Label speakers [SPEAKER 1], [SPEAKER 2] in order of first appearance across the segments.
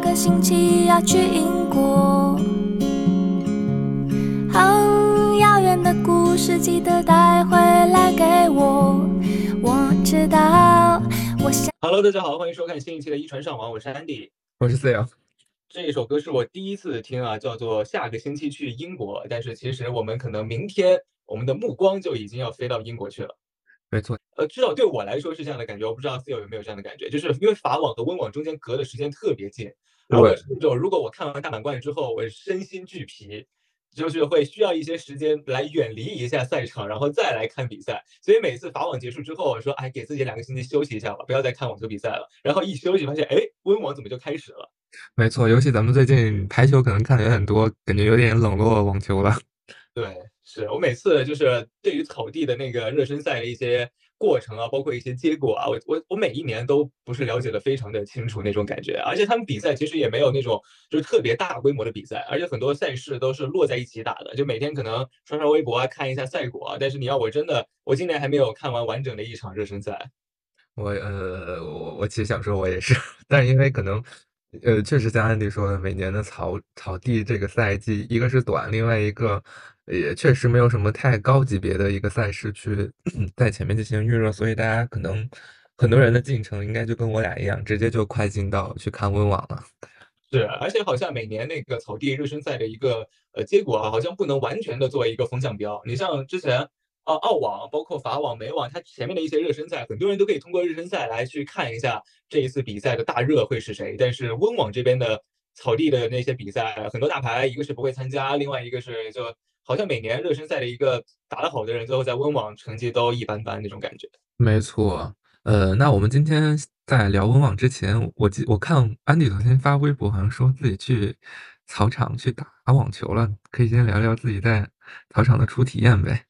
[SPEAKER 1] 个星期要去英国，很遥远的故事，记得带回来给我。我知道，我想
[SPEAKER 2] Hello，大家好，欢迎收看新一期的《一传上网》，我是 Andy。
[SPEAKER 3] 我是 C 啊，
[SPEAKER 2] 这一首歌是我第一次听啊，叫做《下个星期去英国》，但是其实我们可能明天我们的目光就已经要飞到英国去了。
[SPEAKER 3] 没错，
[SPEAKER 2] 呃，至少对我来说是这样的感觉，我不知道 C 有没有这样的感觉，就是因为法网和温网中间隔的时间特别近，然后我
[SPEAKER 3] 对
[SPEAKER 2] 是那种如果我看完大满贯之后，我身心俱疲，就是会需要一些时间来远离一下赛场，然后再来看比赛。所以每次法网结束之后，我说哎，给自己两个星期休息一下吧，不要再看网球比赛了。然后一休息发现，哎，温网怎么就开始了？
[SPEAKER 3] 没错，尤其咱们最近排球可能看的有点多，感觉有点冷落网球了。
[SPEAKER 2] 对，是我每次就是对于草地的那个热身赛的一些过程啊，包括一些结果啊，我我我每一年都不是了解的非常的清楚那种感觉，而且他们比赛其实也没有那种就是特别大规模的比赛，而且很多赛事都是落在一起打的，就每天可能刷刷微博啊，看一下赛果啊，但是你要我真的，我今年还没有看完完整的一场热身赛。
[SPEAKER 3] 我呃，我我其实想说，我也是，但是因为可能，呃，确实像安迪说的，每年的草草地这个赛季，一个是短，另外一个呃也确实没有什么太高级别的一个赛事去 在前面进行预热，所以大家可能很多人的进程应该就跟我俩一样，直接就快进到去看温网了。
[SPEAKER 2] 是，啊而且好像每年那个草地热身赛的一个呃结果啊，好像不能完全的作为一个风向标。你像之前啊、澳网，包括法网、美网，它前面的一些热身赛，很多人都可以通过热身赛来去看一下这一次比赛的大热会是谁。但是温网这边的草地的那些比赛，很多大牌一个是不会参加，另外一个是就好像每年热身赛的一个打得好的人，最后在温网成绩都一般般那种感觉。
[SPEAKER 3] 没错，呃，那我们今天在聊温网之前，我记我看安迪昨天发微博，好像说自己去草场去打网球了，可以先聊聊自己在草场的初体验呗。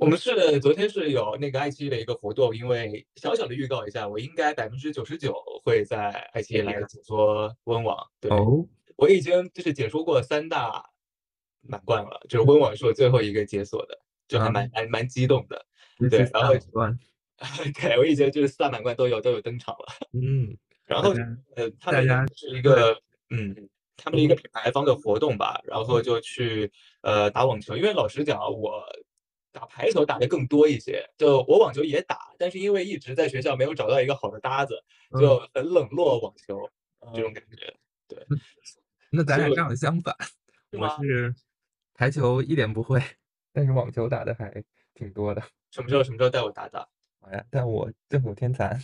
[SPEAKER 2] 我们是昨天是有那个爱奇艺的一个活动，因为小小的预告一下，我应该百分之九十九会在爱奇艺来解说温网。对，
[SPEAKER 3] 哦，
[SPEAKER 2] 我已经就是解说过三大满贯了，就是温网是我最后一个解锁的，就还蛮蛮蛮激动的。
[SPEAKER 3] 一
[SPEAKER 2] 对
[SPEAKER 3] 七
[SPEAKER 2] 然
[SPEAKER 3] 三
[SPEAKER 2] 后
[SPEAKER 3] 五万
[SPEAKER 2] 对我已经就是四大满贯都有都有登场了，
[SPEAKER 3] 嗯，
[SPEAKER 2] 然
[SPEAKER 3] 大
[SPEAKER 2] 后
[SPEAKER 3] 家
[SPEAKER 2] 呃，他
[SPEAKER 3] 大
[SPEAKER 2] 们
[SPEAKER 3] 家
[SPEAKER 2] 是一
[SPEAKER 3] 对
[SPEAKER 2] 个嗯，他们的一个品牌方的活动吧，然
[SPEAKER 3] 嗯
[SPEAKER 2] 后就去呃打网球，因为老实讲啊，我打排球打的更多一些，就我网球也打，但是因为一直在学校没有找到一个好的搭子，
[SPEAKER 3] 嗯
[SPEAKER 2] 就很冷落网球嗯这种感觉。
[SPEAKER 3] 那咱
[SPEAKER 2] 所以
[SPEAKER 3] 俩
[SPEAKER 2] 我
[SPEAKER 3] 正好相反，
[SPEAKER 2] 是
[SPEAKER 3] 我
[SPEAKER 2] 吗
[SPEAKER 3] 是排球一点不会，但是网球打的还挺多的。
[SPEAKER 2] 什么时候什么时候带我打打？
[SPEAKER 3] 好呀，但我正手 天残，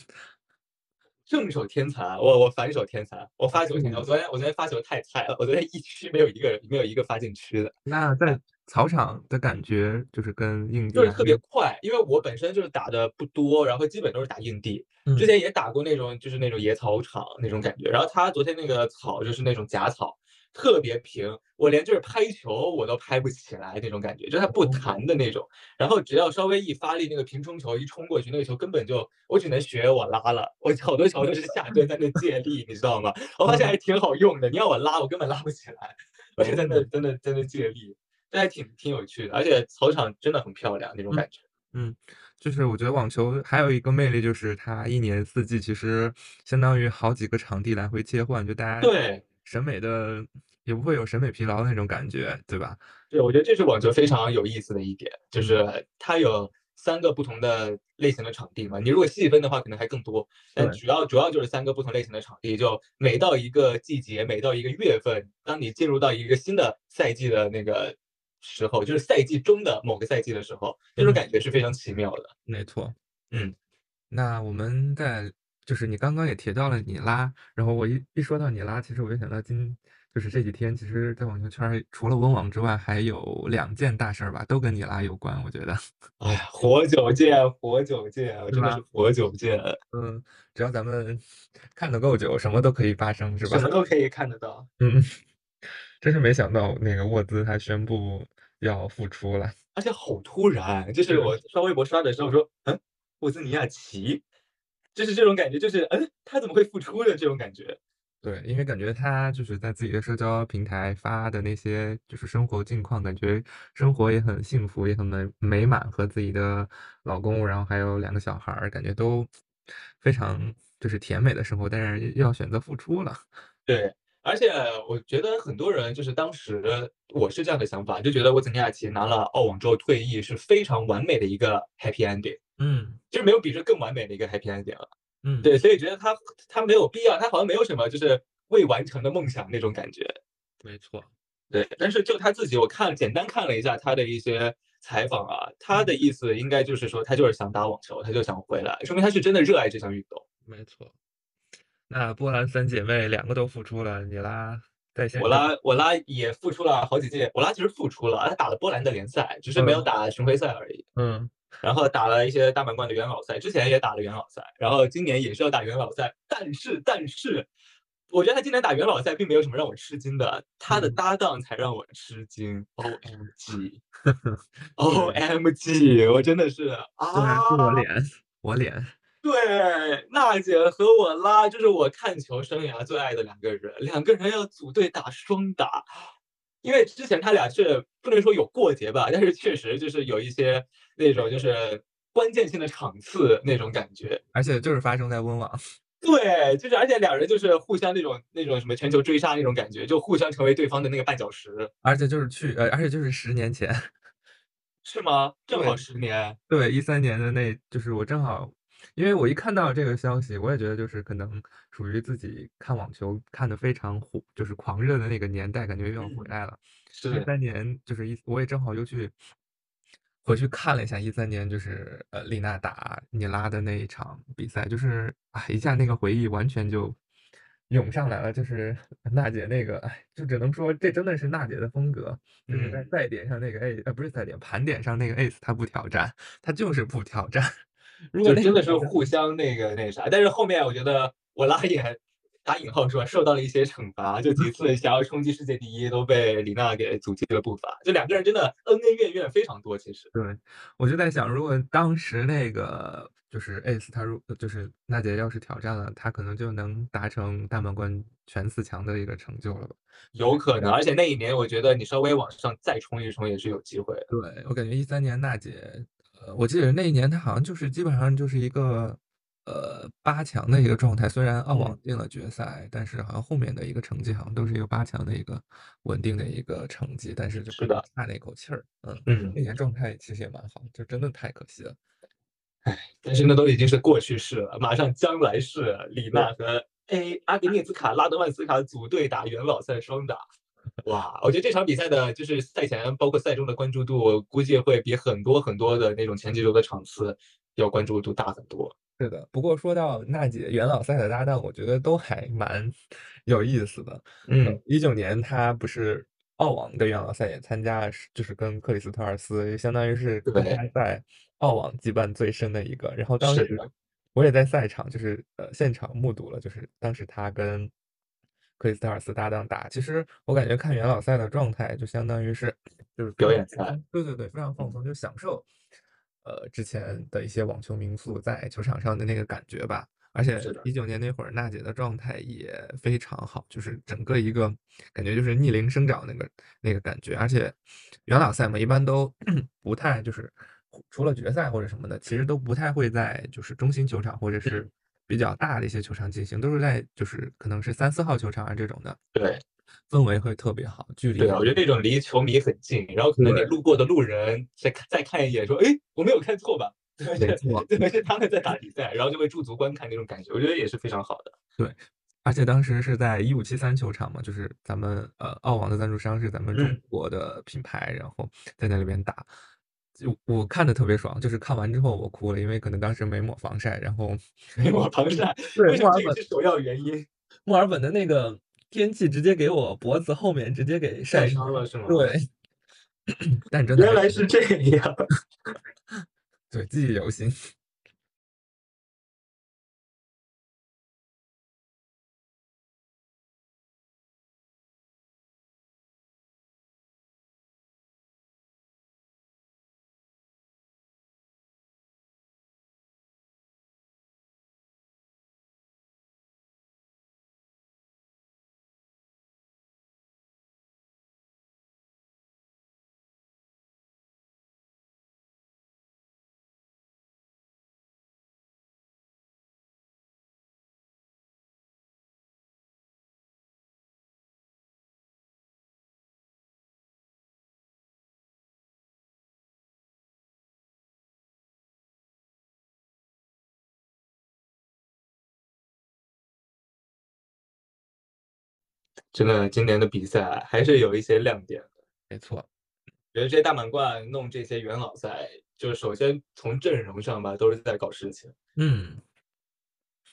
[SPEAKER 2] 正手天才，啊我我反手天才，啊我发球天才。我
[SPEAKER 3] 嗯
[SPEAKER 2] 昨天我昨天发球太菜了，我昨天一区没有一个人没有一个发进区的。
[SPEAKER 3] 那在草场的感觉就是跟硬地
[SPEAKER 2] 就是
[SPEAKER 3] 还
[SPEAKER 2] 特别
[SPEAKER 3] 是
[SPEAKER 2] 快，因为我本身就是打的不多，然后基本都是打硬地。之
[SPEAKER 3] 嗯
[SPEAKER 2] 前也打过那种就是那种野草场那种感觉，然后他昨天那个草就是那种假草，特别平，我连就是拍球我都拍不起来那种感觉，就是它不
[SPEAKER 3] 哦
[SPEAKER 2] 弹的那种。然后只要稍微一发力，那个平冲球一冲过去，那个球根本就我只能学我拉了，我好多球都是下蹲在那借力，你知道吗？我发现
[SPEAKER 3] 哦
[SPEAKER 2] 还挺好用的，你要我拉我根本拉不起来，我就在
[SPEAKER 3] 哦
[SPEAKER 2] 那真的真的借力。这还挺挺有趣的，而且草场真的很漂亮那种
[SPEAKER 3] 嗯
[SPEAKER 2] 感觉。
[SPEAKER 3] 就是我觉得网球还有一个魅力，就是它一年四季其实相当于好几个场地来回切换，就大家
[SPEAKER 2] 对，
[SPEAKER 3] 审美的也不会有审美疲劳的那种感觉，对吧？
[SPEAKER 2] 对，我觉得这是网球非常有意思的一点，就
[SPEAKER 3] 嗯
[SPEAKER 2] 是它有三个不同的类型的场地嘛。你如果细分的话，可能还更多，但
[SPEAKER 3] 对
[SPEAKER 2] 主要主要就是三个不同类型的场地。就每到一个季节，每到一个月份，当你进入到一个新的赛季的那个时候，就是赛季中的某个赛季的时候，这种
[SPEAKER 3] 嗯
[SPEAKER 2] 感觉是非常奇妙的。
[SPEAKER 3] 没错，
[SPEAKER 2] 嗯，
[SPEAKER 3] 那我们在就是你刚刚也提到了你拉，然后我一一说到你拉，其实我就想到今就是这几天，其实，在网球圈儿除了温网之外，还有两件大事儿吧，都跟你拉有关，我觉得。
[SPEAKER 2] 哎呀，活久见，活久见，我
[SPEAKER 3] 是
[SPEAKER 2] 真的
[SPEAKER 3] 吧
[SPEAKER 2] 是活久见，
[SPEAKER 3] 嗯，只要咱们看得够久，什么都可以发生，是吧？
[SPEAKER 2] 什么都可以看得到。
[SPEAKER 3] 嗯，真是没想到那个沃兹他宣布要复出了。
[SPEAKER 2] 而且好突然，就是
[SPEAKER 3] 是
[SPEAKER 2] 我刷微博刷的时候，我说，嗯，沃兹尼亚奇，就是这种感觉，就是嗯，他怎么会复出的这种感觉？
[SPEAKER 3] 对，因为感觉他就是在自己的社交平台发的那些就是生活近况，感觉生活也很幸福，也很美美满，和自己的老公，然后还有两个小孩儿，感觉都非常就是甜美的生活，但是又要选择复出了。
[SPEAKER 2] 对，而且我觉得很多人就是当时我是这样的想法，就觉得我曾经亚奇拿了澳网之后退役是非常完美的一个 happy ending，
[SPEAKER 3] 嗯
[SPEAKER 2] 就是没有比这更完美的一个 happy ending 了。
[SPEAKER 3] 嗯，
[SPEAKER 2] 对，所以觉得他他没有必要，他好像没有什么就是未完成的梦想那种感觉。
[SPEAKER 3] 没错，
[SPEAKER 2] 对，但是就他自己，我看简单看了一下他的一些采访啊，他的意思应该就是说，他就是想打网球，他就想回来，说明他是真的热爱这项运动。
[SPEAKER 3] 没错。那波兰三姐妹两个都复出了，你拉在线
[SPEAKER 2] 我
[SPEAKER 3] 上
[SPEAKER 2] 拉我拉也复出了好几届，我拉其实复出了，他打了波兰的联赛，只是没有
[SPEAKER 3] 嗯
[SPEAKER 2] 打巡回赛而已。
[SPEAKER 3] 嗯
[SPEAKER 2] 然后打了一些大满贯的元老赛，之前也打了元老赛，然后今年也是要打元老赛，但是但是，我觉得他今年打元老赛并没有什么让我吃惊的，他的
[SPEAKER 3] 嗯
[SPEAKER 2] 搭档才让我吃惊，O M G，O M G，我真的是
[SPEAKER 3] 对，
[SPEAKER 2] 啊，
[SPEAKER 3] 是我脸，我脸，
[SPEAKER 2] 对，娜姐和我拉，这是我看球生涯最爱的两个人，两个人要组队打双打，因为之前他俩是不能说有过节吧，但是确实就是有一些那种就是关键性的场次那种感觉。
[SPEAKER 3] 而且就是发生在温网，
[SPEAKER 2] 对，就是而且两人就是互相那种那种什么全球追杀那种感觉，就互相成为对方的那个绊脚石，
[SPEAKER 3] 而且就是去，呃，而且就是十年前，
[SPEAKER 2] 是吗？正好
[SPEAKER 3] 对
[SPEAKER 2] 十年，
[SPEAKER 3] 对，一三年的那，就是我正好，因为我一看到这个消息，我也觉得就是可能属于自己看网球看的非常火，就是狂热的那个年代，感觉又要回
[SPEAKER 2] 嗯
[SPEAKER 3] 来了。一
[SPEAKER 2] 是，
[SPEAKER 3] 三年就是一，我也正好又去回去看了一下一三年，就是呃丽娜打尼拉的那一场比赛，就是啊一下那个回忆完全就涌上来了，就是娜姐那个，哎，就只能说这真的是娜姐的风格，就是在
[SPEAKER 2] 嗯，
[SPEAKER 3] 赛点上那个 ace，呃不是赛点盘点上那个 ace，她不挑战，她就是不挑战。 如果
[SPEAKER 2] 就
[SPEAKER 3] 那
[SPEAKER 2] 真
[SPEAKER 3] 个
[SPEAKER 2] 的是
[SPEAKER 3] 挑战
[SPEAKER 2] 互相那个那啥，但是后面我觉得我拉也打引号说受到了一些惩罚，就几次想要冲击世界第一都被李娜给阻击了步伐。这两个人真的恩恩怨怨非常多，其实，
[SPEAKER 3] 对，我就在想，如果当时那个就是 Ace，他如就是娜姐要是挑战了，她可能就能达成大满贯全四强的一个成就了吧？
[SPEAKER 2] 有可能。而且那一年我觉得你稍微往上再冲一冲也是有机会的。
[SPEAKER 3] 对，我感觉一三年娜姐，呃，我记得那一年她好像就是基本上就是一个呃八强的一个状态，虽然澳网
[SPEAKER 2] 嗯，
[SPEAKER 3] 进了决赛，但是好像后面的一个成绩好像都是一个八强的一个稳定的一个成绩，但是就可
[SPEAKER 2] 是
[SPEAKER 3] 能
[SPEAKER 2] 的，
[SPEAKER 3] 差那口气儿，嗯，那
[SPEAKER 2] 嗯，
[SPEAKER 3] 年状态其实也蛮好，就真的太可惜了。
[SPEAKER 2] 但是那都已经是过去式了，马上将来式。李
[SPEAKER 3] 对，
[SPEAKER 2] 娜和 A 阿格涅茨卡、拉德万斯卡组队打元老赛双打。哇，我觉得这场比赛的，就是赛前包括赛中的关注度，我估计会比很多很多的那种前几周的场次要关注度大很多。
[SPEAKER 3] 是的，不过说到娜姐元老赛的搭档，我觉得都还蛮有意思的。呃，
[SPEAKER 2] 嗯
[SPEAKER 3] 一九年她不是澳网的元老赛也参加了，是就是跟克里斯特尔斯，也相当于是跟
[SPEAKER 2] 对，
[SPEAKER 3] 她在澳网羁绊最深的一个。然后当
[SPEAKER 2] 是
[SPEAKER 3] 时
[SPEAKER 2] 的，
[SPEAKER 3] 我也在赛场，就是呃现场目睹了，就是当时她跟克里斯特尔斯搭档打。其实我感觉看元老赛的状态，就相当于是就是非
[SPEAKER 2] 表
[SPEAKER 3] 常
[SPEAKER 2] 演
[SPEAKER 3] 放
[SPEAKER 2] 赛，
[SPEAKER 3] 松，对对对，非常放
[SPEAKER 2] 嗯
[SPEAKER 3] 松，就享受。呃之前的一些网球名宿在球场上的那个感觉吧。而且
[SPEAKER 2] 是的，
[SPEAKER 3] 一九年那会儿，娜姐的状态也非常好，就是整个一个感觉就是逆龄生长那个那个感觉。而且元老赛嘛，一般都 不太就是除了决赛或者什么的，其实都不太会在就是中心球场或者是
[SPEAKER 2] 嗯，
[SPEAKER 3] 比较大的一些球场进行，都是在就是可能是三四号球场啊这种的
[SPEAKER 2] 对
[SPEAKER 3] 氛围会特别好，距离
[SPEAKER 2] 对，啊
[SPEAKER 3] 也
[SPEAKER 2] 我觉得那种离球迷很近，然后可能你
[SPEAKER 3] 对，
[SPEAKER 2] 路过的路人再看再看一眼，说，哎，我没有看错吧？ 怎么
[SPEAKER 3] 没
[SPEAKER 2] 是
[SPEAKER 3] 错。
[SPEAKER 2] 怎么是他们在打比赛？然后就会驻足观看那种感觉，我觉得也是非常好的。
[SPEAKER 3] 对，而且当时是在一五七三球场嘛，就是咱们呃澳网的赞助商是咱们中
[SPEAKER 2] 嗯，
[SPEAKER 3] 国的品牌，然后在那里边打，就我看的特别爽，就是看完之后我哭了，因为可能当时没抹防晒，然 后
[SPEAKER 2] 没我防晒，
[SPEAKER 3] 对
[SPEAKER 2] 为什
[SPEAKER 3] 墨
[SPEAKER 2] 么
[SPEAKER 3] 尔
[SPEAKER 2] 这个
[SPEAKER 3] 本
[SPEAKER 2] 是首要原因？
[SPEAKER 3] 墨尔本的那个天气直接给我脖子后面直接给晒
[SPEAKER 2] 晒
[SPEAKER 3] 晕
[SPEAKER 2] 伤
[SPEAKER 3] 了，
[SPEAKER 2] 了是吗？
[SPEAKER 3] 对， 但真的
[SPEAKER 2] 原
[SPEAKER 3] 还
[SPEAKER 2] 来
[SPEAKER 3] 挺
[SPEAKER 2] 是这样。
[SPEAKER 3] 对记忆犹新，
[SPEAKER 2] 真的今年的比赛还是有一些亮点。
[SPEAKER 3] 没错，
[SPEAKER 2] 觉得这些大满贯弄这些元老赛，就是首先从阵容上吧，都是在搞事情。
[SPEAKER 3] 嗯，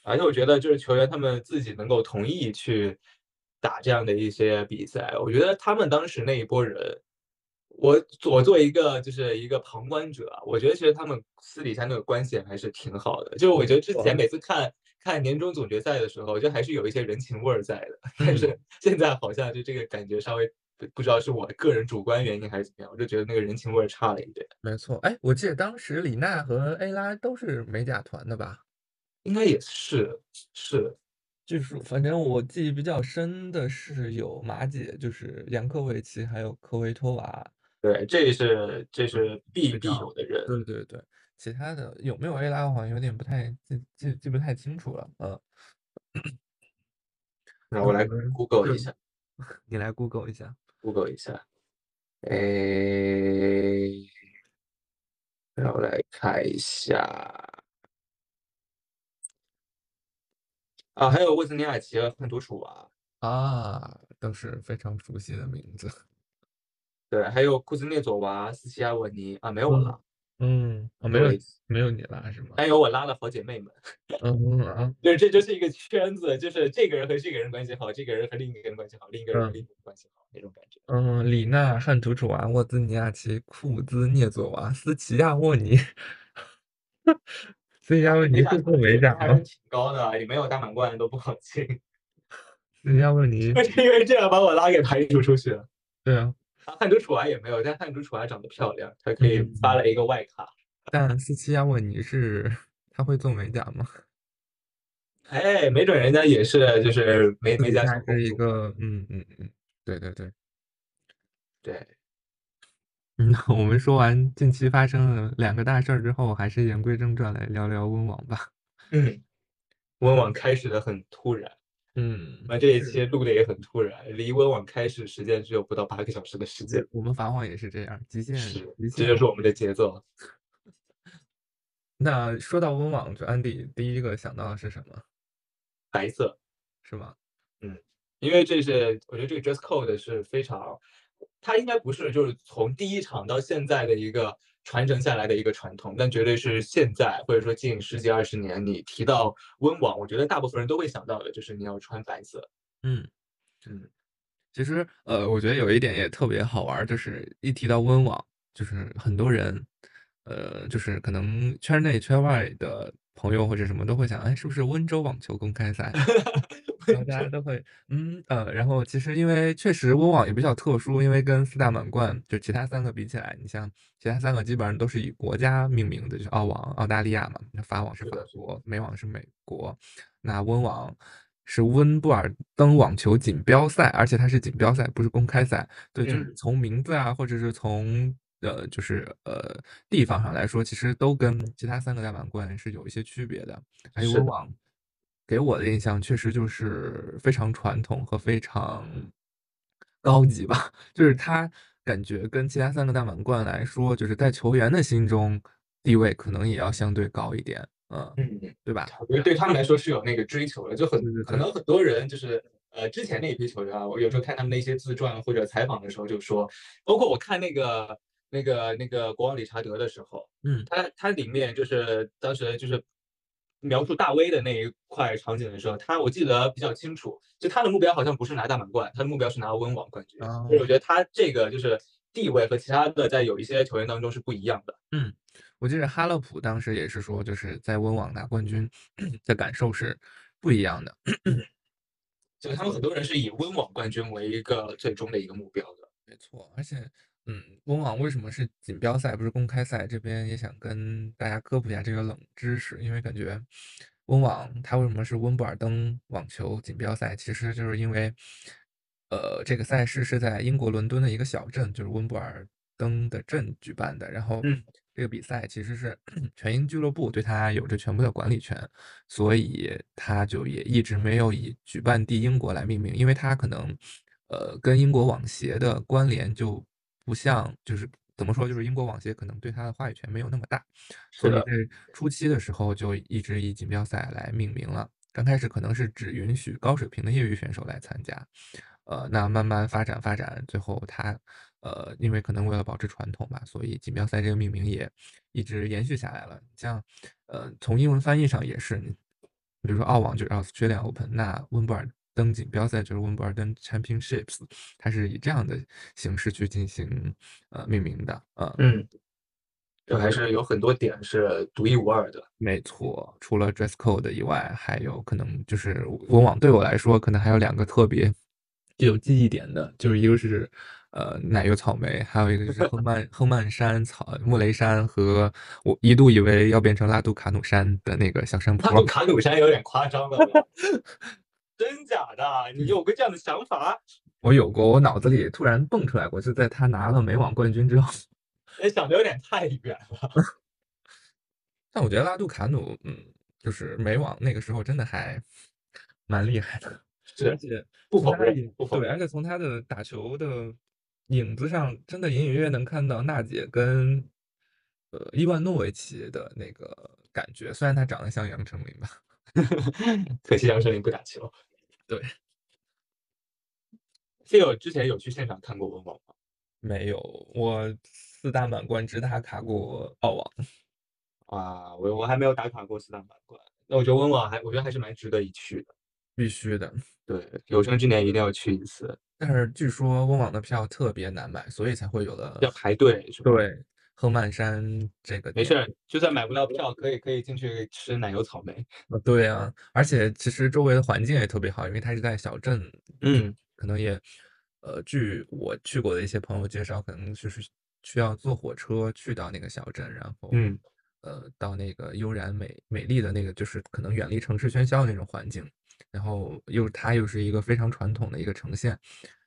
[SPEAKER 2] 而且我觉得，就是球员他们自己能够同意去打这样的一些比赛，我觉得他们当时那一波人，我我作为一个就是一个旁观者啊，我觉得其实他们私底下那个关系还是挺好的。就是我觉得之前每次看看年终总决赛的时候，就还是有一些人情味儿在的，但是 现在好像就这个感觉稍微不不知道是我个人主观原因还是怎么样，我就觉得那个人情味儿差了一点，
[SPEAKER 3] 没错。哎，我记得当时李娜和 A 拉都是美甲团的吧？
[SPEAKER 2] 应该也是是。
[SPEAKER 3] 就是反正我记忆比较深的是有马姐，就是杨科维奇，还有科维托娃。
[SPEAKER 2] 对，这是这嗯是必
[SPEAKER 3] 知
[SPEAKER 2] 必
[SPEAKER 3] 道
[SPEAKER 2] 有的人，
[SPEAKER 3] 对对对，其他的有没有 A 拉，我好像有点不太记记记不太清楚了。嗯，
[SPEAKER 2] 那我来
[SPEAKER 3] 嗯
[SPEAKER 2] Google
[SPEAKER 3] 对
[SPEAKER 2] 一下
[SPEAKER 3] 你来 Google 一下。
[SPEAKER 2] ，Google 一下。哎，让我来看一下。啊，还有沃兹尼亚奇和汉图楚娃，
[SPEAKER 3] 啊，都是非常熟悉的名字。
[SPEAKER 2] 对，还有库兹涅佐娃、斯奇亚沃尼啊，没有我
[SPEAKER 3] 嗯
[SPEAKER 2] 拉，
[SPEAKER 3] 嗯，啊，没
[SPEAKER 2] 对
[SPEAKER 3] 有没有你啦，是吗？
[SPEAKER 2] 但有我拉的好姐妹们。
[SPEAKER 3] 嗯啊，
[SPEAKER 2] 对，这就是一个圈子，就是这个人和这个人关系好，这个人和另一个人关系好，另一个人和
[SPEAKER 3] 嗯
[SPEAKER 2] 另一个人关系好那种感觉。
[SPEAKER 3] 嗯，李娜、汉图楚娃、沃兹尼亚奇、库兹涅佐娃、斯奇亚沃尼。 斯奇亚沃尼
[SPEAKER 2] 美甲
[SPEAKER 3] 是做美
[SPEAKER 2] 水
[SPEAKER 3] 甲
[SPEAKER 2] 平还是
[SPEAKER 3] 吗？
[SPEAKER 2] 挺高的，你没有大满贯都不好进。
[SPEAKER 3] 斯奇亚沃 尼，
[SPEAKER 2] 就是因为这样把我拉给排除出去了。
[SPEAKER 3] 对啊，
[SPEAKER 2] 啊汉族楚娃也没有，但汉族楚娃长得漂亮，她可以
[SPEAKER 3] 嗯
[SPEAKER 2] 发了一个外卡。
[SPEAKER 3] 但斯奇亚沃尼是他会做美甲吗？
[SPEAKER 2] 哎，没准人家也是就是美
[SPEAKER 3] 斯
[SPEAKER 2] 美
[SPEAKER 3] 奇
[SPEAKER 2] 甲小
[SPEAKER 3] 亚
[SPEAKER 2] 公
[SPEAKER 3] 是一
[SPEAKER 2] 主。
[SPEAKER 3] 个，嗯嗯嗯，对对对。
[SPEAKER 2] 对，
[SPEAKER 3] 嗯，我们说完近期发生的两个大事儿之后，还是言归正传来聊聊温网吧。
[SPEAKER 2] 嗯，温网开始的很突然，
[SPEAKER 3] 嗯
[SPEAKER 2] 那这一
[SPEAKER 3] 是
[SPEAKER 2] 期录的也很突然，离温网开始时间只有不到八个小时的时间。
[SPEAKER 3] 我们法网也是这样，极限
[SPEAKER 2] 是
[SPEAKER 3] 极，
[SPEAKER 2] 这
[SPEAKER 3] 限。
[SPEAKER 2] 就是我们的节奏。
[SPEAKER 3] 那说到温网，就安迪第一个想到的是什么？
[SPEAKER 2] 白色，
[SPEAKER 3] 是吗？
[SPEAKER 2] 因为这是我觉得这个 dress code 是非常，它应该不是就是从第一场到现在的一个传承下来的一个传统，但绝对是现在或者说近十几二十年，你提到温网，我觉得大部分人都会想到的就是你要穿白色。
[SPEAKER 3] 嗯，
[SPEAKER 2] 嗯，
[SPEAKER 3] 其实呃，我觉得有一点也特别好玩儿，就是一提到温网，就是很多人，呃，就是可能圈内圈外的朋友或者什么都会想，哎，是不是温州网球公开赛？然后大家都会，嗯呃，然后其实因为确实温网也比较特殊，因为跟四大满贯就其他三个比起来，你像其他三个基本上都是以国家命名的，就是澳网、澳大利亚嘛，那法网是
[SPEAKER 2] 是
[SPEAKER 3] 法
[SPEAKER 2] 的
[SPEAKER 3] 国，美网是美国，那温网是温布尔登网球锦标赛，而且它是锦标赛，不是公开赛。对，就是
[SPEAKER 2] 嗯
[SPEAKER 3] 从名字啊，或者是从呃，就是呃地方上来说，其实都跟其他三个大满贯是有一些区别的。还有
[SPEAKER 2] 是
[SPEAKER 3] 温
[SPEAKER 2] 的
[SPEAKER 3] 网，给我的印象确实就是非常传统和非常高级吧， 就是他感觉跟其他三个大满贯来说，就是在球员的心中地位可能也要相对高一点，嗯，
[SPEAKER 2] 嗯，
[SPEAKER 3] 对吧？
[SPEAKER 2] 我觉得对他们来说是有那个追求的，就很
[SPEAKER 3] 对对
[SPEAKER 2] 可
[SPEAKER 3] 对
[SPEAKER 2] 能很多人就是呃之前那一批球员啊，我有时候看他们的一些自传或者采访的时候就说，包括我看那个那个那个国王理查德的时候，
[SPEAKER 3] 嗯
[SPEAKER 2] 他他里面就是当时就是描述大威的那一块场景的时候，他我记得比较清楚，就他的目标好像不是拿大满贯，他的目标是拿温网冠军，
[SPEAKER 3] 啊
[SPEAKER 2] 所以我觉得他这个就是地位和其他的在有一些球员当中是不一样的。
[SPEAKER 3] 嗯，我记得哈勒普当时也是说，就是在温网拿冠军 的感受是不一样的。
[SPEAKER 2] 就他们很多人是以温网冠军为一个最终的一个目标的。
[SPEAKER 3] 没错，而且，嗯，温网为什么是锦标赛不是公开赛？这边也想跟大家科普一下这个冷知识，因为感觉温网它为什么是温布尔登网球锦标赛，其实就是因为，呃，这个赛事是在英国伦敦的一个小镇，就是温布尔登的镇举办的，然后
[SPEAKER 2] 嗯。
[SPEAKER 3] 这个比赛其实是 全英俱乐部对它有着全部的管理权，所以它就也一直没有以举办地英国来命名，因为它可能，呃，跟英国网协的关联就不像，就是怎么说，就是英国网协可能对它的话语权没有那么大，所
[SPEAKER 2] 是
[SPEAKER 3] 以
[SPEAKER 2] 的
[SPEAKER 3] 在初期的时候就一直以锦标赛来命名了。刚开始可能是只允许高水平的业余选手来参加，呃，那慢慢发展发展，最后它呃，因为可能为了保持传统吧，所以锦标赛这个命名也一直延续下来了。像呃，从英文翻译上也是，你比如说澳网就是 Australian Open，那温布尔登锦标赛就是温布尔登 Championships，它是以这样的形式去进行呃命名的。呃，
[SPEAKER 2] 嗯，就还是有很多点是独一无二的。
[SPEAKER 3] 没错，除了 dress code 以外，还有可能就是温网对我来说，可能还有两个特别具有记忆点的，就是一个是呃奶油草莓，还有一个就是 赫曼赫曼山草穆雷山和我一度以为要变成拉杜卡努山的那个小山
[SPEAKER 2] 他说
[SPEAKER 3] 坡。
[SPEAKER 2] 卡努山有点夸张了， 真假的？你有过这样的想法？
[SPEAKER 3] 我有过，我脑子里突然蹦出来过，就在他拿了美网冠军之后。
[SPEAKER 2] 哎，想的有点太远了。
[SPEAKER 3] 但我觉得拉杜卡努，嗯，就是美网那个时候真的还蛮厉害的。
[SPEAKER 2] 是，
[SPEAKER 3] 而且
[SPEAKER 2] 不
[SPEAKER 3] 从
[SPEAKER 2] 否
[SPEAKER 3] 他
[SPEAKER 2] 认
[SPEAKER 3] 影
[SPEAKER 2] 不否
[SPEAKER 3] 对，而且啊从他的打球的影子上，真的隐隐约约能看到娜姐跟呃伊万诺维奇的那个感觉。虽然他长得像杨丞琳吧，
[SPEAKER 2] 可惜杨丞琳不打球。
[SPEAKER 3] 对
[SPEAKER 2] ，Phil 之前有去现场看过温网吗？
[SPEAKER 3] 没有我四大满贯只打卡过澳网。
[SPEAKER 2] 啊，我我还没有打卡过四大满贯，那我觉得温网还我觉得还是蛮值得一去的。
[SPEAKER 3] 必须的，
[SPEAKER 2] 对，有生之年一定要去一次，
[SPEAKER 3] 但是据说温网的票特别难买，所以才会有了
[SPEAKER 2] 要排队是吧？，
[SPEAKER 3] 对贺曼山这个
[SPEAKER 2] 没
[SPEAKER 3] 点
[SPEAKER 2] 事儿，就算买不到票，可以可以进去吃奶油草莓。
[SPEAKER 3] 呃对啊，而且其实周围的环境也特别好，因为它是在小镇，
[SPEAKER 2] 嗯，
[SPEAKER 3] 可能也，呃，据我去过的一些朋友介绍，可能就是需要坐火车去到那个小镇，然后，
[SPEAKER 2] 嗯，
[SPEAKER 3] 呃，到那个悠然美美丽的那个，就是可能远离城市喧嚣那种环境，然后又它又是一个非常传统的一个呈现，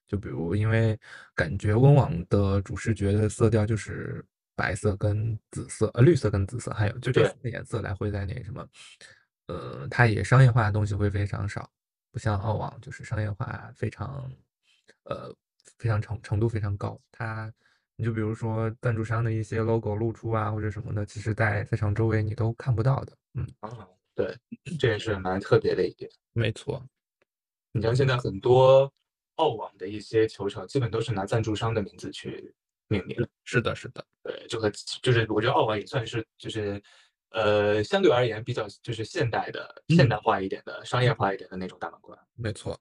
[SPEAKER 3] 就比如因为感觉温网的主视觉的色调就是白色跟紫色，呃，绿色跟紫色，还有就这
[SPEAKER 2] 对
[SPEAKER 3] 四个颜色来回在那什么，呃，它也商业化的东西会非常少，不像澳网就是商业化非常，呃，非常程程度非常高，它。你就比如说赞助商的一些 logo 露出啊，或者什么的，其实在赛场周围你都看不到的。嗯，
[SPEAKER 2] 啊，对，这也是蛮特别的一点。
[SPEAKER 3] 没错，
[SPEAKER 2] 你像现在很多澳网的一些球场，基本都是拿赞助商的名字去命名。
[SPEAKER 3] 是的，是的，
[SPEAKER 2] 对，就和就是我觉得澳网也算是就是呃相对而言比较就是现代的、现代化一点的、商业化一点的那种大满贯。
[SPEAKER 3] 没错。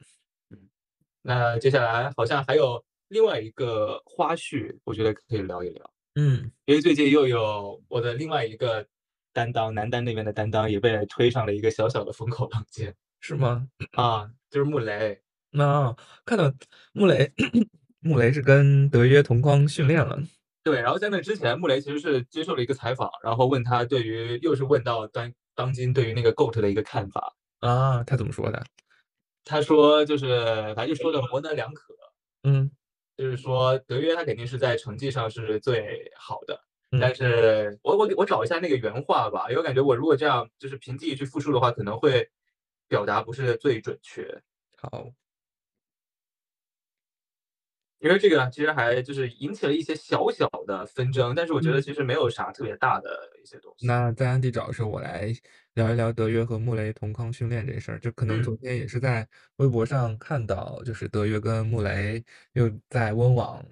[SPEAKER 2] 那接下来好像还有另外一个花絮，我觉得可以聊一聊，
[SPEAKER 3] 嗯，
[SPEAKER 2] 因为最近又有我的另外一个担当，男单那边的担当也被推上了一个小小的风口浪尖
[SPEAKER 3] 是吗？
[SPEAKER 2] 啊，就是穆雷。
[SPEAKER 3] 那、看到穆雷，穆雷是跟德约同框训练了。
[SPEAKER 2] 对，然后在那之前，穆雷其实是接受了一个采访，然后问他对于又是问到当当今对于那个 GOAT 的一个看法，
[SPEAKER 3] 啊，他怎么说的？
[SPEAKER 2] 他说就是反正就说的模棱两可，
[SPEAKER 3] 嗯
[SPEAKER 2] 就是说德约他肯定是在成绩上是最好的，
[SPEAKER 3] 嗯
[SPEAKER 2] 但是我我我找一下那个原话吧，因为我感觉我如果这样就是凭记忆去复述的话，可能会表达不是最准确，
[SPEAKER 3] 好，
[SPEAKER 2] 因为这个其实还就是引起了一些小小的纷争，但是我觉得其实没有啥特别大的一些东西。
[SPEAKER 3] 嗯那在安迪找的时候，我来聊一聊德约和穆雷同框训练这事儿。就可能
[SPEAKER 2] 嗯
[SPEAKER 3] 昨天也是在微博上看到，就是德约跟穆雷又在温网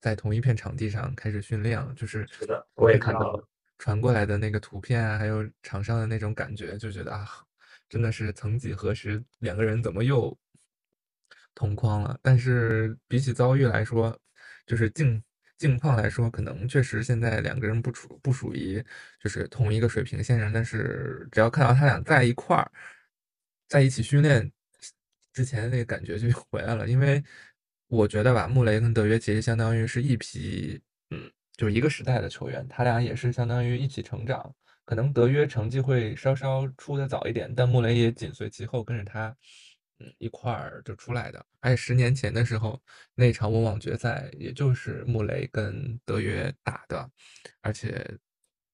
[SPEAKER 3] 在同一片场地上开始训练了，就是
[SPEAKER 2] 是的，我也看
[SPEAKER 3] 到
[SPEAKER 2] 到了。
[SPEAKER 3] 传过来的那个图片啊，还有场上的那种感觉，就觉得啊，真的是曾几何时，两个人怎么又同框了？但是比起遭遇来说，就是境境况来说，可能确实现在两个人不处不属于就是同一个水平线上，但是只要看到他俩在一块儿，在一起训练之前的那个感觉就又回来了，因为我觉得吧，穆雷跟德约其实相当于是一批，嗯，就是一个时代的球员，他俩也是相当于一起成长。可能德约成绩会稍稍出的早一点，但穆雷也紧随其后，跟着他，嗯，一块儿就出来的。而且十年前的时候，那场温网决赛，也就是穆雷跟德约打的，而且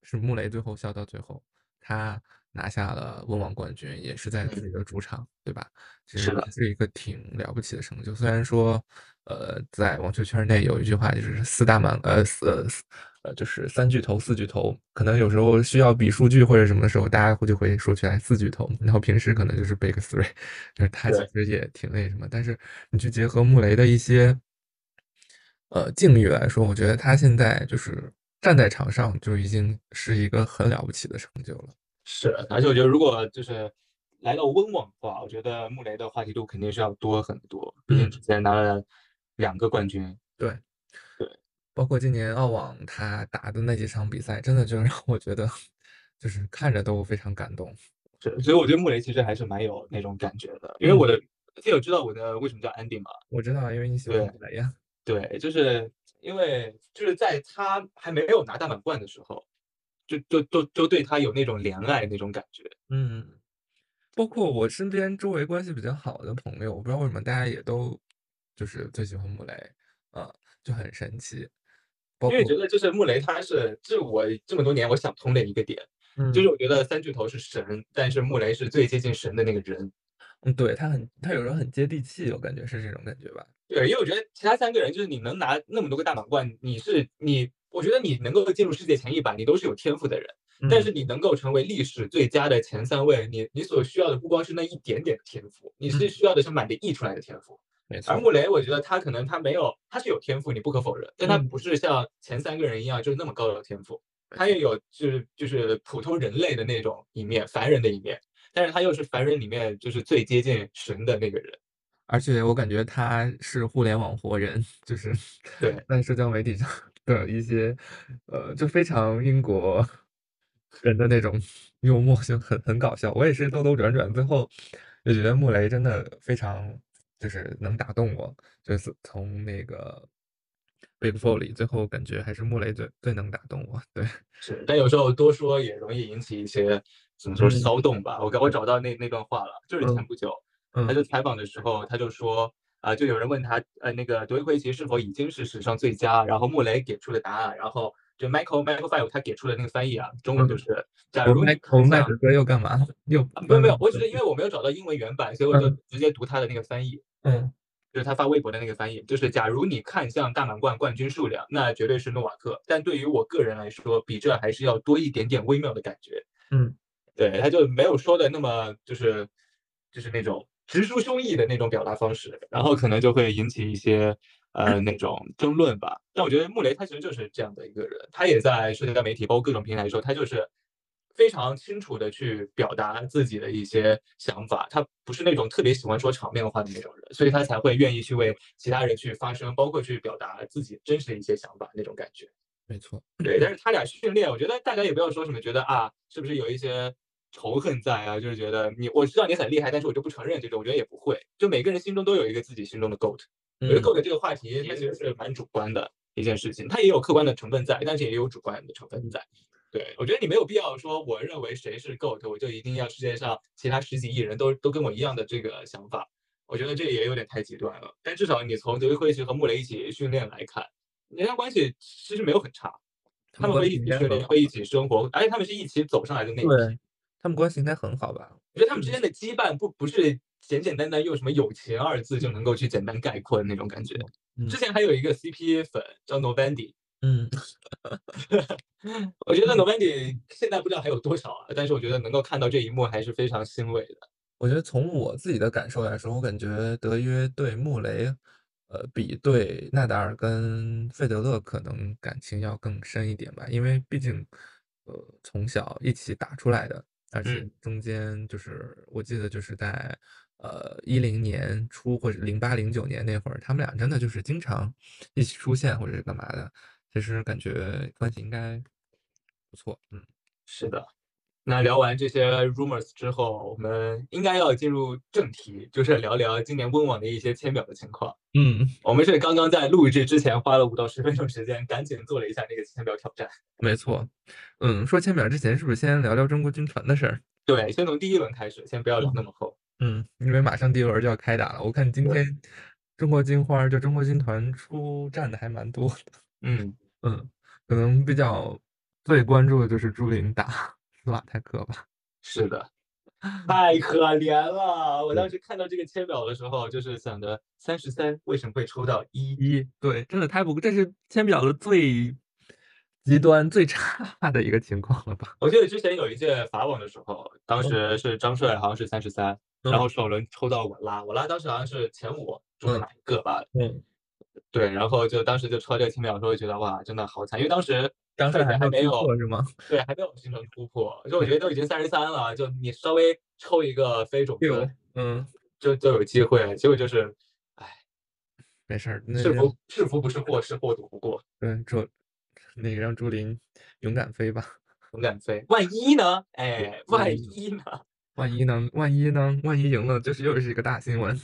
[SPEAKER 3] 是穆雷最后笑到最后，他拿下了温网冠军，也是在自己的主场，对吧？其
[SPEAKER 2] 嗯是
[SPEAKER 3] 实
[SPEAKER 2] 的
[SPEAKER 3] 也是一个挺了不起的成就。虽然说，呃，在网球圈内有一句话，就是四大满呃四呃，就是三巨头、四巨头，可能有时候需要比数据或者什么的时候，大家会就会说起来四巨头，然后平时可能就是 Big Three，就是 他其实也挺那什么，但是你去结合穆雷的一些呃境遇来说，我觉得他现在就是站在场上就已经是一个很了不起的成就了。
[SPEAKER 2] 是，而且我觉得如果就是来到温网的话，我觉得穆雷的话题度肯定是要多很多，毕竟
[SPEAKER 3] 嗯
[SPEAKER 2] 之前拿了两个冠军。
[SPEAKER 3] 对，
[SPEAKER 2] 对，
[SPEAKER 3] 包括今年澳网他打的那几场比赛，真的就让我觉得就是看着都非常感动。
[SPEAKER 2] 是，所以我对穆雷其实还是蛮有那种感觉的，因为我
[SPEAKER 3] 嗯
[SPEAKER 2] 的队友知道我的为什么叫 Andy 嘛，
[SPEAKER 3] 我知道，因为你喜欢
[SPEAKER 2] 对
[SPEAKER 3] 布莱恩。
[SPEAKER 2] 对，就是因为就是在他还没有拿大满贯的时候，就就就就对他有那种怜爱那种感觉。
[SPEAKER 3] 嗯，包括我身边周围关系比较好的朋友，我不知道为什么大家也都就是最喜欢穆雷啊，就很神奇。包
[SPEAKER 2] 因为觉
[SPEAKER 3] 括
[SPEAKER 2] 得就是穆雷他是，这是我这么多年我想通的一个点，就
[SPEAKER 3] 嗯
[SPEAKER 2] 是我觉得三巨头是神，但是穆雷是最接近神的那个人。
[SPEAKER 3] 嗯，对，他很，他有时候很接地气，我感觉是这种感觉吧。
[SPEAKER 2] 对，因为我觉得其他三个人就是你能拿那么多个大满贯，你是你，我觉得你能够进入世界前一百，你都是有天赋的人。但
[SPEAKER 3] 嗯
[SPEAKER 2] 是你能够成为历史最佳的前三位，你你所需要的不光是那一点点的天赋，你是
[SPEAKER 3] 嗯
[SPEAKER 2] 需要的是满地溢出来的天赋。
[SPEAKER 3] 没
[SPEAKER 2] 而
[SPEAKER 3] 错，
[SPEAKER 2] 穆雷，我觉得他可能他没有，他是有天赋，你不可否认，但他
[SPEAKER 3] 嗯
[SPEAKER 2] 不是像前三个人一样就是那么高的天赋，他也有就是就是普通人类的那种一面，凡人的一面，但是他又是凡人里面就是最接近神的那个人。
[SPEAKER 3] 而且我感觉他是互联网活人，就是
[SPEAKER 2] 对
[SPEAKER 3] 在社交媒体上的一些，呃，就非常英国人的那种幽默，就很很搞笑。我也是兜兜转转，最后就觉得穆雷真的非常就是能打动我，就是从那个 Big Four 里，最后感觉还是穆雷最最能打动我。对，
[SPEAKER 2] 是，但有时候多说也容易引起一些怎么说
[SPEAKER 3] 嗯
[SPEAKER 2] 骚动吧。我刚我找到那那段话了，就是前
[SPEAKER 3] 嗯
[SPEAKER 2] 不久， 他就
[SPEAKER 3] 嗯
[SPEAKER 2] 采访的时候，他就说啊、就有人问他，呃，那个德约奎奇是否已经是史上最佳，然后穆雷给出的答案，然后就 Michael Michael Five 他给出的那个翻译啊，中文就
[SPEAKER 3] 嗯
[SPEAKER 2] 是，假
[SPEAKER 3] 我
[SPEAKER 2] 如你
[SPEAKER 3] 麦
[SPEAKER 2] 可
[SPEAKER 3] 我麦
[SPEAKER 2] 想
[SPEAKER 3] 德哥又干嘛了？又
[SPEAKER 2] 啊，没有没有，我只
[SPEAKER 3] 嗯
[SPEAKER 2] 是因为我没有找到英文原版，所以我就
[SPEAKER 3] 嗯
[SPEAKER 2] 直接读他的那个翻译，
[SPEAKER 3] 嗯
[SPEAKER 2] 就是他发微博的那个翻译，就是假如你看向大满贯冠军数量，那绝对是诺瓦克，但对于我个人来说，比这还是要多一点点微妙的感觉。
[SPEAKER 3] 嗯
[SPEAKER 2] 对，他就没有说的那么就是就是那种直抒胸臆的那种表达方式，然后可能就会引起一些呃那种争论吧。但我觉得穆雷他其实就是这样的一个人，他也在社交媒体包括各种平台的时候，他就是非常清楚的去表达自己的一些想法，他不是那种特别喜欢说场面话的那种人，所以他才会愿意去为其他人去发声，包括去表达自己真实的一些想法那种感觉。
[SPEAKER 3] 没错，
[SPEAKER 2] 对，但是他俩训练，我觉得大家也不要说什么觉得啊，是不是有一些仇恨在啊？就是觉得你我知道你很厉害，但是我就不承认这种，我觉得也不会。就每个人心中都有一个自己心中的 GOAT。我觉得
[SPEAKER 3] 嗯
[SPEAKER 2] GOAT 这个话题，它其实是蛮主观的一件事情，它也有客观的成分在，但是也有主观的成分在。对，我觉得你没有必要说，我认为谁是 GOAT，我就一定要世界上其他十几亿人都都跟我一样的这个想法。我觉得这也有点太极端了。但至少你从德约科维奇和穆雷一起训练来看，人家关系其实没有很差。他们
[SPEAKER 3] 关
[SPEAKER 2] 会
[SPEAKER 3] 系
[SPEAKER 2] 一
[SPEAKER 3] 应
[SPEAKER 2] 起
[SPEAKER 3] 该
[SPEAKER 2] 训
[SPEAKER 3] 很
[SPEAKER 2] 练，会一起生活，哎而且他们是一起走上来的那一批。我
[SPEAKER 3] 对，他们关系应该很好吧？
[SPEAKER 2] 觉得他们之间的羁绊不不是简简单单用什么“友情”二字就能够去简单概括的那种感觉。
[SPEAKER 3] 嗯
[SPEAKER 2] 之前还有一个 CP 粉叫 Novandy，
[SPEAKER 3] 嗯，
[SPEAKER 2] 我觉得 Novandy 现在不知道还有多少啊，但是我觉得能够看到这一幕还是非常欣慰的。
[SPEAKER 3] 我觉得从我自己的感受来说，我感觉德约对穆雷，呃，比对纳达尔跟费德勒可能感情要更深一点吧，因为毕竟，呃，从小一起打出来的，而且
[SPEAKER 2] 嗯
[SPEAKER 3] 中间就是我记得就是在呃一零年初或者零八零九年那会儿，他们俩真的就是经常一起出现或者是干嘛的，其实感觉关系应该不错，嗯。
[SPEAKER 2] 是的。那聊完这些 rumors 之后，我们应该要进入正题，就是聊聊今年温网的一些签表的情况。
[SPEAKER 3] 嗯，
[SPEAKER 2] 我们是刚刚在录制之前花了五到十分钟时间，赶紧做了一下这个签表挑战。
[SPEAKER 3] 没错，嗯，说签表之前，是不是先聊聊中国军团的事儿？
[SPEAKER 2] 对，先从第一轮开始，先不要聊那么厚。
[SPEAKER 3] 嗯，因为马上第一轮就要开打了，我看今
[SPEAKER 2] 对
[SPEAKER 3] 天中国金花儿就中国军团出战的还蛮多的。
[SPEAKER 2] 嗯，
[SPEAKER 3] 嗯，可能比较最关注的就是朱琳打 斯瓦泰克吧。
[SPEAKER 2] 是 的，太可怜了。我当时看到这个签表的时候，就是想着三十三为什么会抽到一？
[SPEAKER 3] 一，对，真的太不，这是签表的最极端最差的一个情况了 吧？
[SPEAKER 2] 我记得之前有一届法网的时候，
[SPEAKER 3] 嗯
[SPEAKER 2] 当时是张帅好像是三十三，然后首轮抽到我拉，我拉当时好像是前五中的哪一个吧？
[SPEAKER 3] 嗯，
[SPEAKER 2] 对，然后就当时就抽到这个青苗的时候，觉得哇，真的好惨，因为当时
[SPEAKER 3] 张帅
[SPEAKER 2] 看起来还没
[SPEAKER 3] 没
[SPEAKER 2] 有
[SPEAKER 3] 错是吗？
[SPEAKER 2] 对还没有形成突破，就我觉得都已经三十三了，就你稍微抽一个非种
[SPEAKER 3] 有
[SPEAKER 2] 子，
[SPEAKER 3] 嗯，
[SPEAKER 2] 就就有机会，结果就是
[SPEAKER 3] 没事儿，那
[SPEAKER 2] 是
[SPEAKER 3] 让
[SPEAKER 2] 福是福不是祸，是祸躲不过，
[SPEAKER 3] 对朱那个让朱琳勇敢飞吧。
[SPEAKER 2] 勇敢飞。万一呢？哎，万
[SPEAKER 3] 嗯
[SPEAKER 2] 一呢？
[SPEAKER 3] 万一呢？万一呢？万一赢了，就是又是一个大新闻。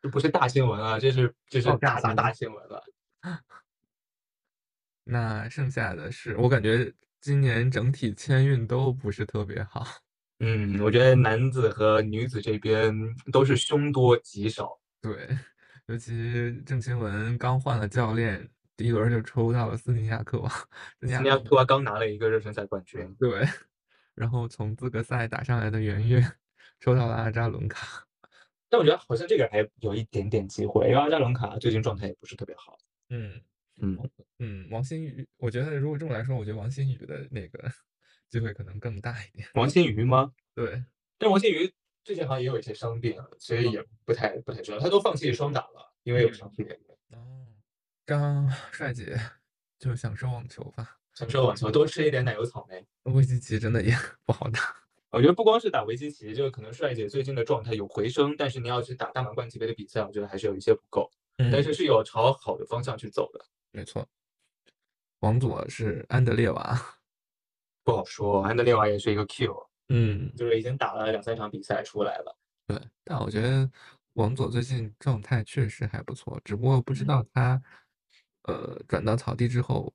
[SPEAKER 2] 这不是大新闻啊，这是这是
[SPEAKER 3] 爆炸
[SPEAKER 2] 大大
[SPEAKER 3] 新
[SPEAKER 2] 大
[SPEAKER 3] 闻
[SPEAKER 2] 新闻了。
[SPEAKER 3] 那剩下的是，我感觉今年整体签运都不是特别好。
[SPEAKER 2] 嗯，我觉得男子和女子这边都是凶多吉少。
[SPEAKER 3] 对，尤其郑钦文刚换了教练，第一轮就抽到了斯尼亚克娃，斯尼亚
[SPEAKER 2] 斯尼亚
[SPEAKER 3] 克
[SPEAKER 2] 科娃刚拿了一个热身赛冠军，
[SPEAKER 3] 对， 然后从资格赛打上来的圆月抽到了阿扎伦卡，
[SPEAKER 2] 但我觉得好像这个还有一点点机会，因为阿扎伦卡最近状态也不是特别好。
[SPEAKER 3] 嗯
[SPEAKER 2] 嗯，
[SPEAKER 3] 嗯，王欣宇，我觉得如果这么来说，我觉得王欣宇的那个 机会可能更大一点。
[SPEAKER 2] 王欣瑜吗？
[SPEAKER 3] 对，
[SPEAKER 2] 但王欣瑜最近好像也有一些伤病，所以也不太不太知道。他都放弃双打了，因为有伤病。
[SPEAKER 3] 哦，张帅姐就享受网球吧，
[SPEAKER 2] 想说网球多吃一点奶油草莓。
[SPEAKER 3] 围棋棋真的也 不好打。
[SPEAKER 2] 我觉得不光是打围棋棋，这个可能帅姐最近的状态有回升，但是你要去打大满贯级别的比赛，我觉得还是有一些不够，但
[SPEAKER 3] 嗯，
[SPEAKER 2] 是是有朝好的方向去走的。
[SPEAKER 3] 没错，王佐是安德烈娃。
[SPEAKER 2] 不好说，安德烈娃也是一个 Q，
[SPEAKER 3] 嗯，
[SPEAKER 2] 就是已经打了两三场比赛出来了。
[SPEAKER 3] 对，但我觉得王佐最近状态确实还不错，只不过不知道他呃转到草地之后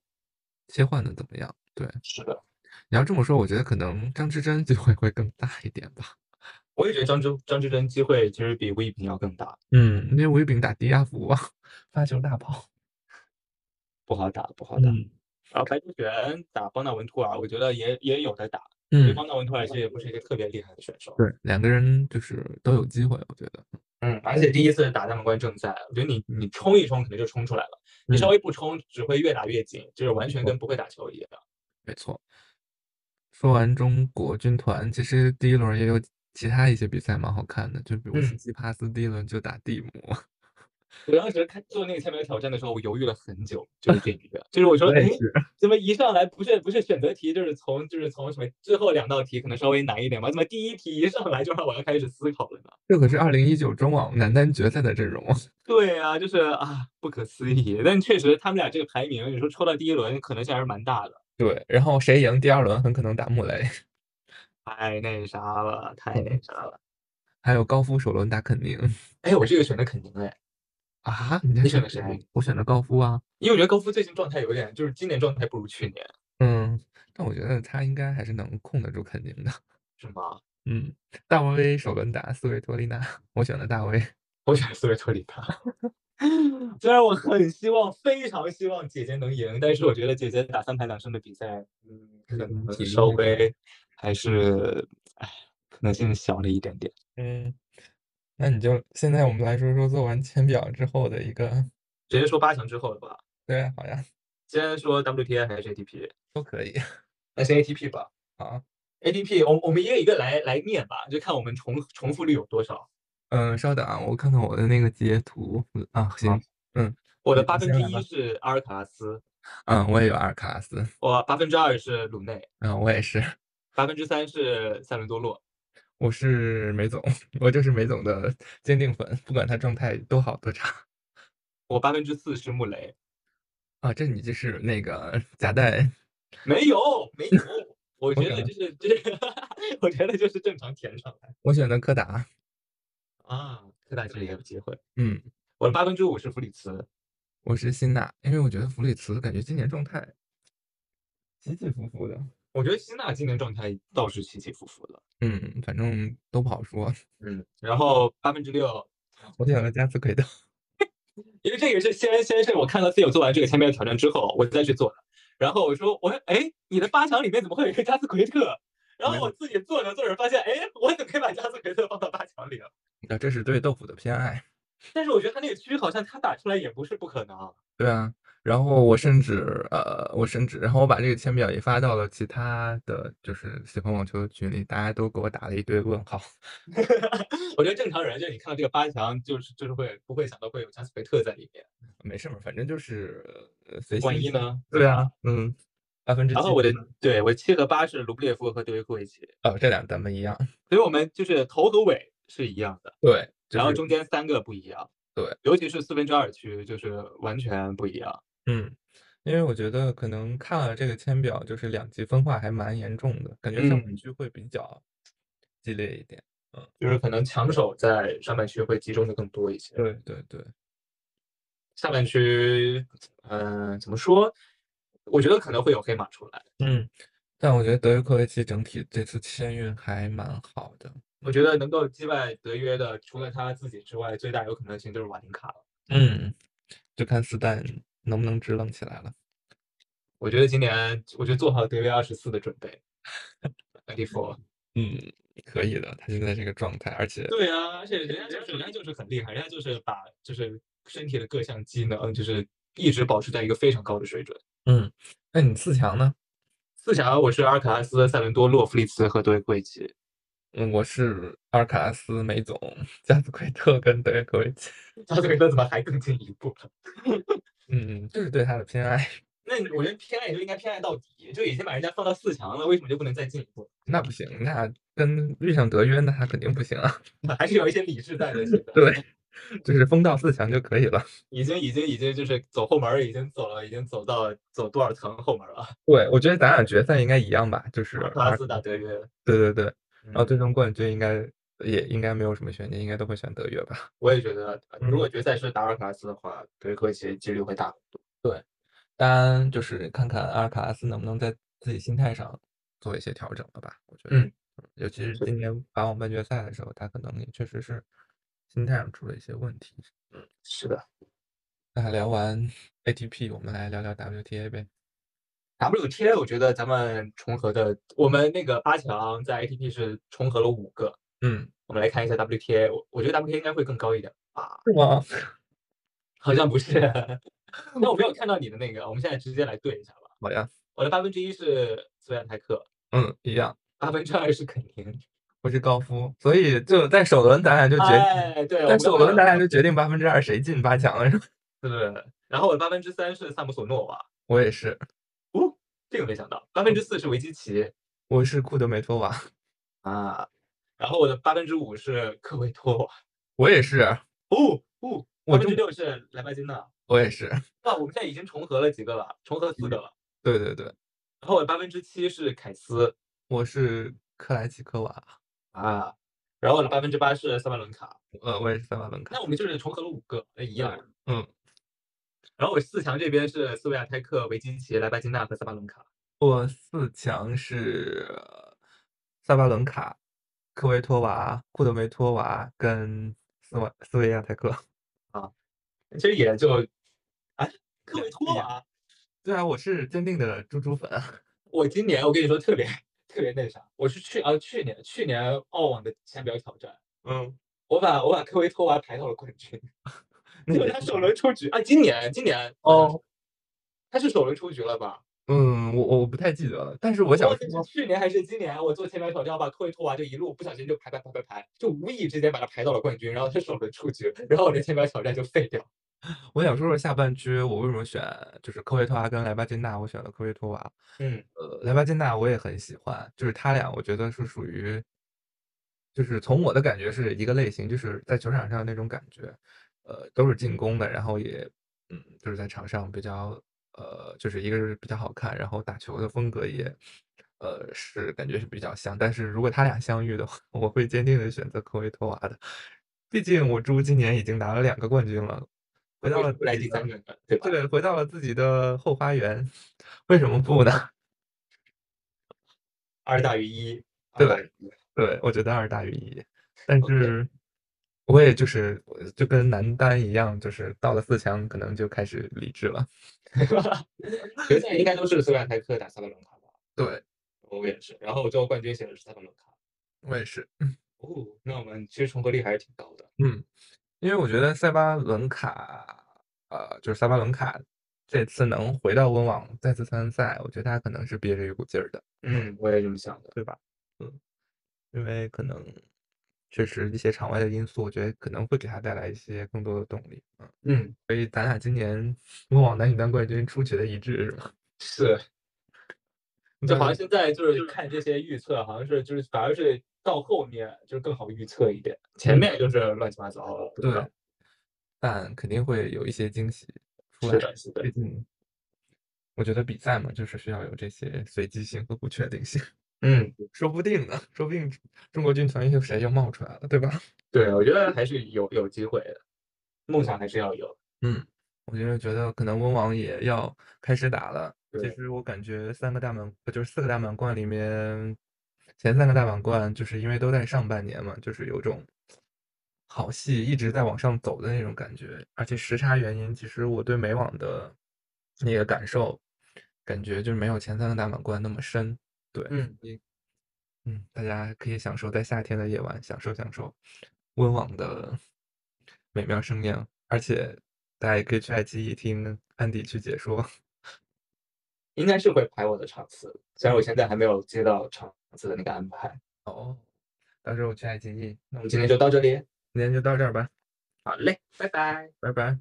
[SPEAKER 3] 切换的怎么样。对，
[SPEAKER 2] 是的，
[SPEAKER 3] 你要这么说，我觉得可能张之臻机会会更大一点吧。
[SPEAKER 2] 我也觉得张之张之臻机会其实比魏一平要更大，
[SPEAKER 3] 嗯，因为吴一丙打迪亚福啊，发球大炮。
[SPEAKER 2] 不好打，不好
[SPEAKER 3] 好
[SPEAKER 2] 打。
[SPEAKER 3] 的，
[SPEAKER 2] 然后白志璇打邦纳文图尔，我觉得也也有的打，因为
[SPEAKER 3] 嗯，
[SPEAKER 2] 邦纳文图尔其实也不是一个特别厉害的选手。
[SPEAKER 3] 对，两个人就是都有机会，我觉得。
[SPEAKER 2] 嗯，而且第一次打大满贯正赛，我觉得你你冲一冲肯定就冲出来了，你稍
[SPEAKER 3] 嗯
[SPEAKER 2] 微不冲只会越打越紧，就是完全跟不会打球一样。
[SPEAKER 3] 没错。说完中国军团，其实第一轮也有其他一些比赛蛮好看的，就比如斯
[SPEAKER 2] 嗯
[SPEAKER 3] 基帕斯第一轮就打 蒂姆。
[SPEAKER 2] 我当时看做那个签名挑战的时候，我犹豫了很久，就是这一个，就是我说，
[SPEAKER 3] 我也
[SPEAKER 2] 哎，
[SPEAKER 3] 是，
[SPEAKER 2] 怎么一上来不是不是选择题，就是从就是从什么最后两道题可能稍微难一点吧，怎么第一题一上来就让我要开始思考了呢？
[SPEAKER 3] 这可是二零一九中网男单决赛的阵容啊。
[SPEAKER 2] 对啊，就是啊，不可思议。但确实他们俩这个排名，你说抽到第一轮可能性还是蛮大的，
[SPEAKER 3] 对，然后谁赢第二轮很可能打穆雷，
[SPEAKER 2] 太那啥了，太那啥了。
[SPEAKER 3] 还有高夫首轮打肯宁
[SPEAKER 2] 哎，我这个选的肯宁哎，
[SPEAKER 3] 啊。你这
[SPEAKER 2] 你选的
[SPEAKER 3] 谁
[SPEAKER 2] 谁？
[SPEAKER 3] 我选的高夫啊。
[SPEAKER 2] 因为我觉得高夫最近状态有点，就是今年状态不如去年，
[SPEAKER 3] 嗯，但我觉得他应该还是能控得住肯宁的。
[SPEAKER 2] 是吗？
[SPEAKER 3] 嗯，大威首轮打斯维托利娜，我选的大威。
[SPEAKER 2] 我选斯维托里娜。 虽然我很希望，非常希望姐姐能赢，但是我觉得姐姐打三盘两胜的比赛，嗯，可
[SPEAKER 3] 嗯
[SPEAKER 2] 能
[SPEAKER 3] 体力
[SPEAKER 2] 稍
[SPEAKER 3] 那个
[SPEAKER 2] 微还是，哎，可能性小了一点点。
[SPEAKER 3] 嗯，那你就现在我们来说说做完签表之后的一个，
[SPEAKER 2] 直接说八强之后了吧，
[SPEAKER 3] 对啊，好像
[SPEAKER 2] 先说 WTA 还是 ATP？
[SPEAKER 3] 都可以。
[SPEAKER 2] 那先 ATP 吧。啊
[SPEAKER 3] 好，
[SPEAKER 2] ATP，我我们一个一个来来念吧，就看我们重重复率有多少。
[SPEAKER 3] 嗯，稍等啊，我看看我的那个截图啊，行，
[SPEAKER 2] 我的
[SPEAKER 3] 你
[SPEAKER 2] 八分
[SPEAKER 3] 先
[SPEAKER 2] 之
[SPEAKER 3] 来吧
[SPEAKER 2] 一是阿尔卡拉斯，
[SPEAKER 3] 嗯，我也有阿尔卡拉斯，
[SPEAKER 2] 我八分之二是鲁内，
[SPEAKER 3] 嗯，我也是，
[SPEAKER 2] 八分之三是塞伦多洛，
[SPEAKER 3] 我是梅总，我就是梅总的坚定粉，不管他状态多好多差
[SPEAKER 2] 我八分之四是穆雷，
[SPEAKER 3] 啊，这你就是那个夹带，
[SPEAKER 2] 没有，没有。我觉
[SPEAKER 3] 感
[SPEAKER 2] 得就
[SPEAKER 3] 觉
[SPEAKER 2] 是就是， 我觉得就是正常填上来
[SPEAKER 3] 我选的柯达，
[SPEAKER 2] 啊。科大这里也有机会。
[SPEAKER 3] 嗯，
[SPEAKER 2] 我的八分之五是弗里茨，
[SPEAKER 3] 我是辛纳，因为我觉得弗里茨感觉今年状态起起伏伏的，
[SPEAKER 2] 我觉得希纳今年状态倒是起起伏伏的。
[SPEAKER 3] 嗯，反正都不好说，
[SPEAKER 2] 嗯，然后八分之六，
[SPEAKER 3] 我选了加斯奎特，
[SPEAKER 2] 因为这个是先先是我看到自己有做完这个前面的挑战之后，我再去做的。然后我说我说哎，你的八强里面怎么会有一个加斯奎特？然
[SPEAKER 3] 没
[SPEAKER 2] 后我自己做着做着发现，哎，我怎么可以把加斯奎特放到八强里了？
[SPEAKER 3] 啊，这是对豆腐的偏爱。
[SPEAKER 2] 但是我觉得他那个区好像他打出来也不是不可能。
[SPEAKER 3] 对啊，然后我甚至呃，我甚至，然后我把这个签表也发到了其他的就是喜欢网球的群里，大家都给我打了一堆问号。
[SPEAKER 2] 我觉得正常人就是你看到这个八强，就是就是会不会想到会有加斯培特在里面？
[SPEAKER 3] 没事儿，反正就是呃随
[SPEAKER 2] 万
[SPEAKER 3] 心
[SPEAKER 2] 一
[SPEAKER 3] 吧。
[SPEAKER 2] 呢？
[SPEAKER 3] 对啊，嗯，百分之
[SPEAKER 2] 然后
[SPEAKER 3] 七
[SPEAKER 2] 我的
[SPEAKER 3] 十
[SPEAKER 2] 对我七和八是卢布列夫和德约科维奇，
[SPEAKER 3] 哦，这俩咱们一样。
[SPEAKER 2] 所以我们就是头和尾是一样的，
[SPEAKER 3] 对，就
[SPEAKER 2] 然后
[SPEAKER 3] 是
[SPEAKER 2] 中间三个不一样。
[SPEAKER 3] 对，
[SPEAKER 2] 尤其是四分之二区就是完全不一样。
[SPEAKER 3] 嗯，因为我觉得可能看了这个签表，就是两极分化还蛮严重的，感觉上半
[SPEAKER 2] 嗯
[SPEAKER 3] 区会比较激烈一点。
[SPEAKER 2] 就是可能强手在上半区会集中的更多一些，
[SPEAKER 3] 对对对，
[SPEAKER 2] 下半区，嗯、怎么说？我觉得可能会有黑马出来。
[SPEAKER 3] 嗯，但我觉得德约科维奇整体这次签运还蛮好的。
[SPEAKER 2] 我觉得能够击败德约的，除了他自己之外，最大有可能性就是瓦林卡了。
[SPEAKER 3] 嗯，就看斯坦能不能支棱起来了。
[SPEAKER 2] 我觉得今年，我就做好德约二十四的准备。Ninety four。
[SPEAKER 3] 嗯，可以的，他现在这个状态，而且
[SPEAKER 2] 对啊，而且人家就是人家就是很厉害，人家就是把就是身体的各项机能，就是一直保持在一个非常高的水准。
[SPEAKER 3] 嗯，那你四强呢？
[SPEAKER 2] 四强我是阿尔卡拉斯、塞伦多、洛夫利茨和德约科维奇。
[SPEAKER 3] 嗯，我是阿尔卡拉斯、梅总、加斯奎特跟德约科维奇。
[SPEAKER 2] 他这个怎么还更进一步了？
[SPEAKER 3] 嗯，就是对他的偏爱。
[SPEAKER 2] 那我觉得偏爱就应该偏爱到底，就已经把人家放到四强了，为什么就不能再进一步？
[SPEAKER 3] 那不行，那跟遇上德约，那他肯定不行啊。
[SPEAKER 2] 还是有一些理智在的，是的。
[SPEAKER 3] 对，就是封到四强就可以了。
[SPEAKER 2] 已经已经已经就是走后门儿，已经走了，已经走到走多少层后门儿了？
[SPEAKER 3] 对，我觉得咱俩决赛应该一样吧，就是
[SPEAKER 2] 阿尔
[SPEAKER 3] 阿
[SPEAKER 2] 卡拉
[SPEAKER 3] 尔
[SPEAKER 2] 斯打德约，
[SPEAKER 3] 对对对，然后
[SPEAKER 2] 嗯
[SPEAKER 3] 最终冠军应该也应该没有什么悬念，应该都会选德约吧。
[SPEAKER 2] 我也觉得，如果
[SPEAKER 3] 嗯
[SPEAKER 2] 决赛是打阿尔卡拉斯的话，德约科维奇几率会大很多。
[SPEAKER 3] 当然，就是看看阿尔卡拉斯能不能在自己心态上做一些调整了吧。我觉得，
[SPEAKER 2] 嗯
[SPEAKER 3] 尤其是
[SPEAKER 2] 是
[SPEAKER 3] 今年法网半决赛的时候，他可能也确实是心态上出了一些问题。
[SPEAKER 2] 是的
[SPEAKER 3] 那聊完 ATP，我们来聊聊 WTA 呗。
[SPEAKER 2] ，WTA 我觉得咱们重合的，我们那个八强在 ATP 是重合了五个，
[SPEAKER 3] 嗯，
[SPEAKER 2] 我们来看一下 WTA，我我觉得 WTA 应该会更高一点吧，
[SPEAKER 3] 是吗？
[SPEAKER 2] 好像不是。 那我没有看到你的那个，我们现在直接来对一下吧。
[SPEAKER 3] 好呀，
[SPEAKER 2] 我的八分之一是斯维泰克，
[SPEAKER 3] 嗯，一样。
[SPEAKER 2] 八分之二是肯宁。
[SPEAKER 3] 我是高夫，所以就在首轮咱俩就决定，
[SPEAKER 2] 哎，对，我
[SPEAKER 3] 在
[SPEAKER 2] 们
[SPEAKER 3] 首
[SPEAKER 2] 要
[SPEAKER 3] 轮咱俩就决定八分之二谁进八强了，是吧？
[SPEAKER 2] 是，然后我的八分之三是萨姆索诺娃，
[SPEAKER 3] 我也是，
[SPEAKER 2] 哦，这个没想到，八分之四是维基奇
[SPEAKER 3] 我是库德梅托娃，
[SPEAKER 2] 啊，然后我的八分之五是科维托娃，
[SPEAKER 3] 我也是，
[SPEAKER 2] 哦哦，
[SPEAKER 3] 我
[SPEAKER 2] 八分
[SPEAKER 3] 中
[SPEAKER 2] 之六是莱巴金娜，
[SPEAKER 3] 我也是，
[SPEAKER 2] 哇，我们现在已经重合了几个了，重合四个了，
[SPEAKER 3] 对对对，
[SPEAKER 2] 然后我的八分之七是凯斯
[SPEAKER 3] 我是克莱奇科娃，
[SPEAKER 2] 啊，然后我的八分之八是萨巴伦卡，
[SPEAKER 3] 呃，我也是塞瓦伦卡
[SPEAKER 2] 那，我们就是重合了五个，哎一样。
[SPEAKER 3] 嗯，
[SPEAKER 2] 然后我四强这边是斯维亚泰克、维基奇、莱巴金娜和萨巴伦卡，
[SPEAKER 3] 我四强是塞巴伦卡、科维托娃、库德梅托娃跟斯瓦斯维亚泰克。
[SPEAKER 2] 其实也就，哎，科维
[SPEAKER 3] 一
[SPEAKER 2] 托
[SPEAKER 3] 样
[SPEAKER 2] 娃，
[SPEAKER 3] 对啊，我是坚定的猪猪粉，啊
[SPEAKER 2] 我今年我跟你说特别特别那啥，我是去啊去年去年澳网的浅表挑战，
[SPEAKER 3] 嗯，
[SPEAKER 2] 我把我把科维托娃排到了冠军，
[SPEAKER 3] 那
[SPEAKER 2] 结果
[SPEAKER 3] 也
[SPEAKER 2] 他
[SPEAKER 3] 是
[SPEAKER 2] 首轮出局啊，今年今年
[SPEAKER 3] 哦，
[SPEAKER 2] 他是首轮出局了吧？
[SPEAKER 3] 嗯，我我不太记得了，但是我想
[SPEAKER 2] 忘记是
[SPEAKER 3] 说，
[SPEAKER 2] 去年还是今年，我做浅表挑战，我把科维托娃就一路不小心就排排排排排，就无意之间把他排到了冠军，然后他首轮出局，然后我的浅表挑战就废掉。
[SPEAKER 3] 我想说说下半区我为什么选就是科维托娃跟莱巴金娜，我选了科维托娃。
[SPEAKER 2] 嗯，
[SPEAKER 3] 呃，莱巴金娜我也很喜欢，就是他俩我觉得是属于，就是从我的感觉是一个类型，就是在球场上那种感觉，呃，都是进攻的，然后也嗯，就是在场上比较呃，就是一个是比较好看，然后打球的风格也呃是感觉是比较像，但是如果他俩相遇的话， 我会坚定的选择科维托娃的，毕竟我猪今年已经拿了两个冠军了，回到
[SPEAKER 2] 为什
[SPEAKER 3] 了
[SPEAKER 2] 么不来
[SPEAKER 3] 自己
[SPEAKER 2] 第
[SPEAKER 3] 的
[SPEAKER 2] 三个呢，对吧？
[SPEAKER 3] 对，回到了自己的后花园，为什么不呢？
[SPEAKER 2] 二大于一，
[SPEAKER 3] 对
[SPEAKER 2] 二大于一
[SPEAKER 3] 对，我觉得二大于一，但
[SPEAKER 2] OK
[SPEAKER 3] 是我也就是我就跟男单一样，就是到了四强可能就开始理智了。
[SPEAKER 2] 决赛应该都是斯维亚泰克打萨巴伦卡吧？
[SPEAKER 3] 对，
[SPEAKER 2] 我也是，然后最后冠军写的是萨巴伦卡。
[SPEAKER 3] 我也是，
[SPEAKER 2] 哦，那我们其实重合率还是挺高的。
[SPEAKER 3] 嗯，因为我觉得塞巴伦卡，呃，就是塞巴伦卡，这次能回到温网再次参赛，我觉得他可能是憋着一股劲儿的，
[SPEAKER 2] 嗯，我也这么想的。
[SPEAKER 3] 对吧？嗯，因为可能确实一些场外的因素，我觉得可能会给他带来一些更多的动力。嗯，
[SPEAKER 2] 嗯，
[SPEAKER 3] 所以咱俩今年温网男女单冠军出奇的一致，是吗？
[SPEAKER 2] 是，就好像
[SPEAKER 3] 嗯
[SPEAKER 2] 现在就是看这些预测，好像是就是反而是到后面就是更好预测一点，嗯前面就是乱七八糟了。不知道
[SPEAKER 3] 对，但肯定会有一些惊喜出来
[SPEAKER 2] 是。的，是的
[SPEAKER 3] 毕，竟，我觉得比赛嘛，就是需要有这些随机性和不确定性，
[SPEAKER 2] 嗯。
[SPEAKER 3] 说不定呢，说不定中国军团又谁又冒出来了，对吧？
[SPEAKER 2] 对，我觉得还是有有机会的，梦想还是要有。
[SPEAKER 3] 嗯，我就是觉得可能温网也要开始打了。其
[SPEAKER 2] 对
[SPEAKER 3] 实我感觉三个大满，呃就是四个大满贯里面，前三个大满贯就是因为都在上半年嘛，就是有种好戏一直在往上走的那种感觉。而且时差原因，其实我对美网的那个感受，感觉就是没有前三个大满贯那么深。对，
[SPEAKER 2] 嗯，
[SPEAKER 3] 嗯，大家可以享受在夏天的夜晚，享受享受温网的美妙盛宴，而且大家也可以去爱奇艺听安迪去解说。
[SPEAKER 2] 应该是会排我的场次，虽然我现在还没有接到场次的那个安排。
[SPEAKER 3] 哦，到时候我去爱奇艺。那
[SPEAKER 2] 我
[SPEAKER 3] 我
[SPEAKER 2] 们今天就到这里，
[SPEAKER 3] 今天就到这儿吧，
[SPEAKER 2] 好嘞，拜拜。
[SPEAKER 3] 拜拜。